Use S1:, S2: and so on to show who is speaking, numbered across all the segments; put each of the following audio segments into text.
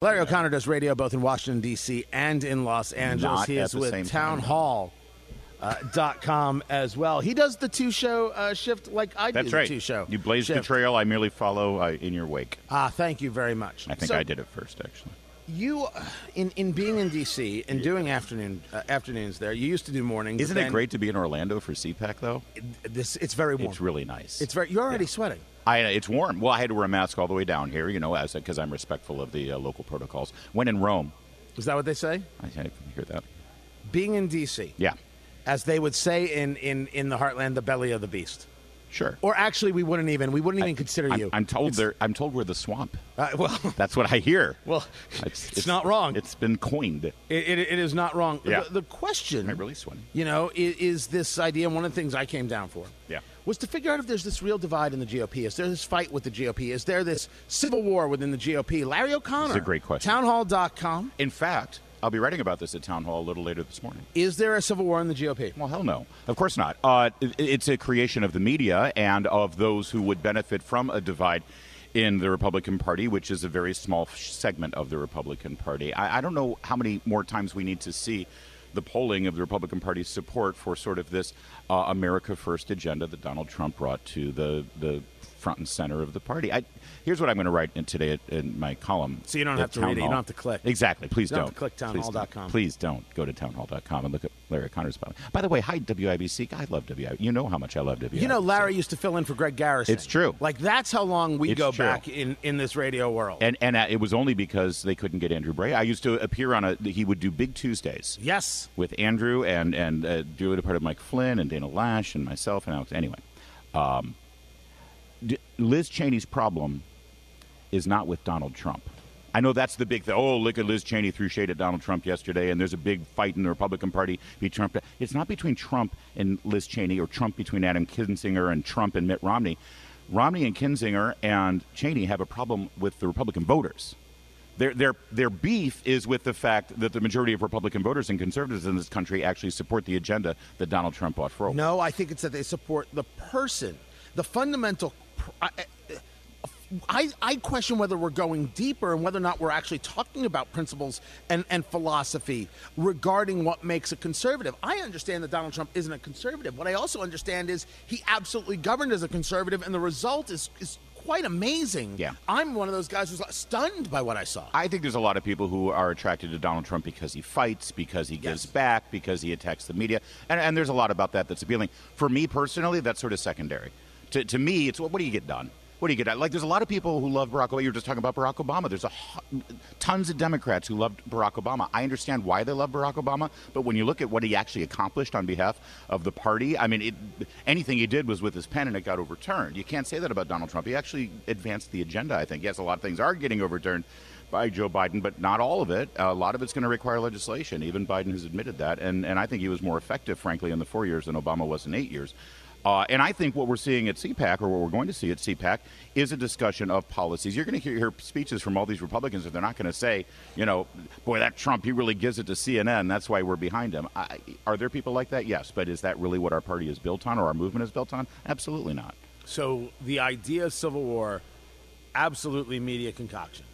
S1: Larry O'Connor does radio both in Washington, D.C. and in Los Angeles.
S2: Not
S1: he
S2: at
S1: is
S2: the
S1: with
S2: same time, though.
S1: townhall.com uh, dot com as well. He does the two show uh, shift like I do
S2: That's
S1: the
S2: right.
S1: two show.
S2: You blaze the
S1: shift.
S2: trail. I merely follow uh, in your wake.
S1: Ah, thank you very much.
S2: I think
S1: So
S2: I did it first, actually.
S1: You, uh, in, in being in D.C. and doing afternoon uh, afternoons there, you used to do mornings. but
S2: Isn't it
S1: then-
S2: great to be in Orlando for CPAC though?
S1: This it's very warm.
S2: It's really nice.
S1: It's very. You're already sweating.
S2: I, it's warm. Well, I had to wear a mask all the way down here, you know, as because I'm respectful of the uh, local protocols. When in Rome,
S1: Is that what they say?
S2: I, I hear that.
S1: Being in D.C.
S2: Yeah,
S1: As they would say in, in, in the heartland, the belly of the beast.
S2: sure.
S1: Or actually, we wouldn't even we wouldn't even consider
S2: I'm,
S1: you.
S2: I'm told they're, I'm told we're the swamp.
S1: Uh, well,
S2: That's what I hear.
S1: well, it's, not wrong. It,
S2: It's been coined.
S1: it, it is not wrong.
S2: Yeah.
S1: The, the question,
S2: I really sweating.
S1: you know, is, is this idea. and One of the things I came down for,
S2: Yeah.
S1: was to figure out if there's this real divide in the GOP. Is there this fight with the GOP? Is there this civil war within the GOP? Larry O'Connor.
S2: It's a great question.
S1: Townhall.com.
S2: In fact, I'll be writing about this at town hall a little later this morning.
S1: Is there a civil war in the GOP?
S2: Well, hell no. Of course not. Uh, it- it's a creation of the media and of those who would benefit from a divide in the Republican Party, which is a very small f- segment of the Republican Party. I, I don't know how many more times we need to see the polling of the Republican Party's support for sort of this uh, America First agenda that Donald Trump brought to the, the front and center of the party. I, here's what I'm going to write in today in, in my column.
S1: So you don't
S2: at
S1: have to read
S2: Town
S1: it. You don't
S2: Hall.
S1: have to click.
S2: Exactly. Please
S1: You don't
S2: don't.
S1: have to click
S2: Please don't.
S1: townhall.com.
S2: Please please don't go to townhall.com and look at Larry O'Connor's bio. By the way, hi, WIBC. I love WIBC. You know how much I love WIBC.
S1: You know, Larry used to fill in for Greg Garrison.
S2: It's true.
S1: Like that's how long we
S2: It's
S1: go
S2: true.
S1: back in in this radio world.
S2: And, and uh, it was only because they couldn't get Andrew Bray. I used to appear on a, he would do Big Tuesdays
S1: yes.
S2: with Andrew and, and uh, do it a part of Mike Flynn and Dana Lash and myself and Alex. Anyway, um, d- Liz Cheney's problem is not with Donald Trump. I know that's the big thing. Oh, look at Liz Cheney threw shade at Donald Trump yesterday, and there's a big fight in the Republican Party between Trump. It's not between Trump and Liz Cheney, or Trump between Adam Kinzinger and Trump and Mitt Romney. Romney and Kinzinger and Cheney have a problem with the Republican voters. Their, their, their beef is with the fact that the majority of Republican voters and conservatives in this country actually support the agenda that Donald Trump brought forward.
S1: No, I think it's that they support the person, the fundamental. pr- I, I, I question whether we're going deeper and whether or not we're actually talking about principles and, and philosophy regarding what makes a conservative. I understand that Donald Trump isn't a conservative. What I also understand is he absolutely governed as a conservative, and the result is, is quite amazing.
S2: Yeah.
S1: I'm one of those guys who's stunned by what I saw.
S2: I think there's a lot of people who are attracted to Donald Trump because he fights, because he gives
S1: Yes.
S2: back, because he attacks the media. And, and there's a lot about that that's appealing. For me personally, that's sort of secondary. To, to me, it's what, what do you get done? What do you get done? Like, there's a lot of people who love Barack Obama. You were just talking about Barack Obama. There's a, hu- tons of Democrats who loved Barack Obama. I understand why they love Barack Obama, but when you look at what he actually accomplished on behalf of the party, I mean, it, anything he did was with his pen and it got overturned. You can't say that about Donald Trump. He actually advanced the agenda, I think. Yes, a lot of things are getting overturned by Joe Biden, but not all of it. A lot of it's going to require legislation. Even Biden has admitted that, and and I think he was more effective, frankly, in the four years than Obama was in eight years. Uh, and I think what we're seeing at CPAC, or what we're going to see at CPAC, is a discussion of policies. You're going to hear, hear speeches from all these Republicans, and they're not going to say, you know, boy, that Trump, he really gives it to CNN. That's why we're behind him. I, are there people like that? Yes. But is that really what our party is built on or our movement is built on? Absolutely not.
S1: So the idea of civil war, absolutely media concoction.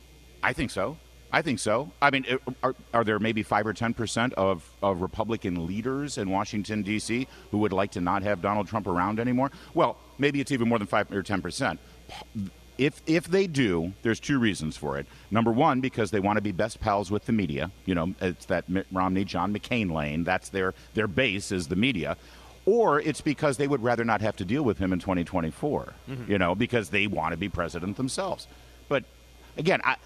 S2: I think so. I think so. I mean, it- are, are there maybe five or ten percent of, of Republican leaders in Washington D.C. who would like to not have Donald Trump around anymore? Well, maybe it's even more than five or ten percent. If if they do, there's two reasons for it. Number one, because they want to be best pals with the media. You know, it's that Mitt Romney, John McCain lane. That's their their base is the media or it's because they would rather not have to deal with him in 2024, you know, because they want to be president themselves. But again, I,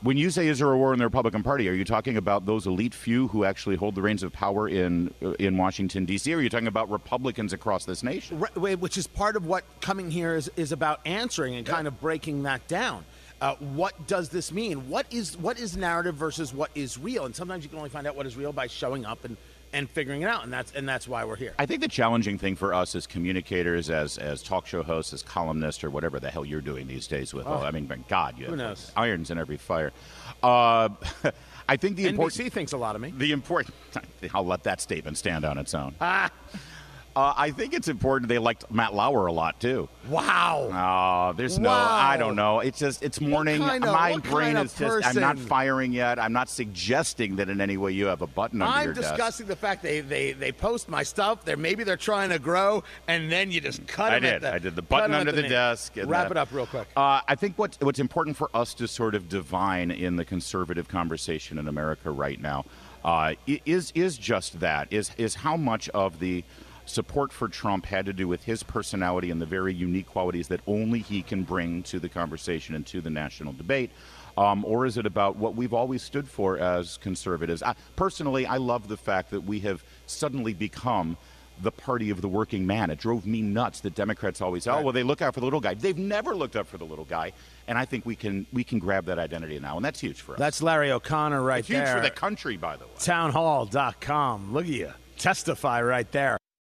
S2: when you say is there a war in the Republican Party, are you talking about those elite few who actually hold the reins of power in uh, in Washington D.C. Or are you talking about Republicans across this nation?
S1: Right, wait, which is part of what coming here is, is about answering and kind of breaking that down. Uh, what does this mean? What is what is narrative versus what is real? And sometimes you can only find out what is real by showing up and, and figuring it out, and that's and that's why we're here.
S2: I think the challenging thing for us as communicators, as as talk show hosts, as columnists, or whatever the hell you're doing these days with, oh, I mean, my God, you have like,
S1: Ah. knows?
S2: irons in every fire. Uh, I think the
S1: NBC
S2: important
S1: thinks a lot of me. Ah.
S2: The important. I'll let that statement stand on its own. Uh, I think it's important they liked Matt Lauer a lot too.
S1: Wow.
S2: Oh, there's no.
S1: Wow.
S2: I don't know. It's just it's morning.
S1: kind of-
S2: My
S1: what
S2: brain
S1: kind of
S2: is just. I'm not
S1: person?
S2: firing yet. I'm not suggesting that in any way you have a button under
S1: I'm
S2: your desk.
S1: discussing the fact they, they, they post my stuff. They're maybe they're trying to grow, and then you just cut.
S2: I
S1: 'em at
S2: did.
S1: the-
S2: I did the
S1: cut
S2: button
S1: 'em at
S2: under the
S1: knee.
S2: desk. and
S1: Wrap
S2: the-
S1: it up real quick.
S2: Uh, I think what's what's important for us to sort of divine in the conservative conversation in America right now uh, i- is is just that is is how much of the support for Trump had to do with his personality and the very unique qualities that only he can bring to the conversation and to the national debate. Um, or is it about what we've always stood for as conservatives? I, personally, I love the fact that we have suddenly become the party of the working man. It drove me nuts that Democrats always say, "Oh, well, they look out for the little guy." They've never looked out for the little guy, and I think we can we can grab that identity now, and that's huge for us.
S1: That's Larry O'Connor right
S2: huge
S1: there.
S2: for the country, by the way.
S1: Townhall.com. Look at you testify right there.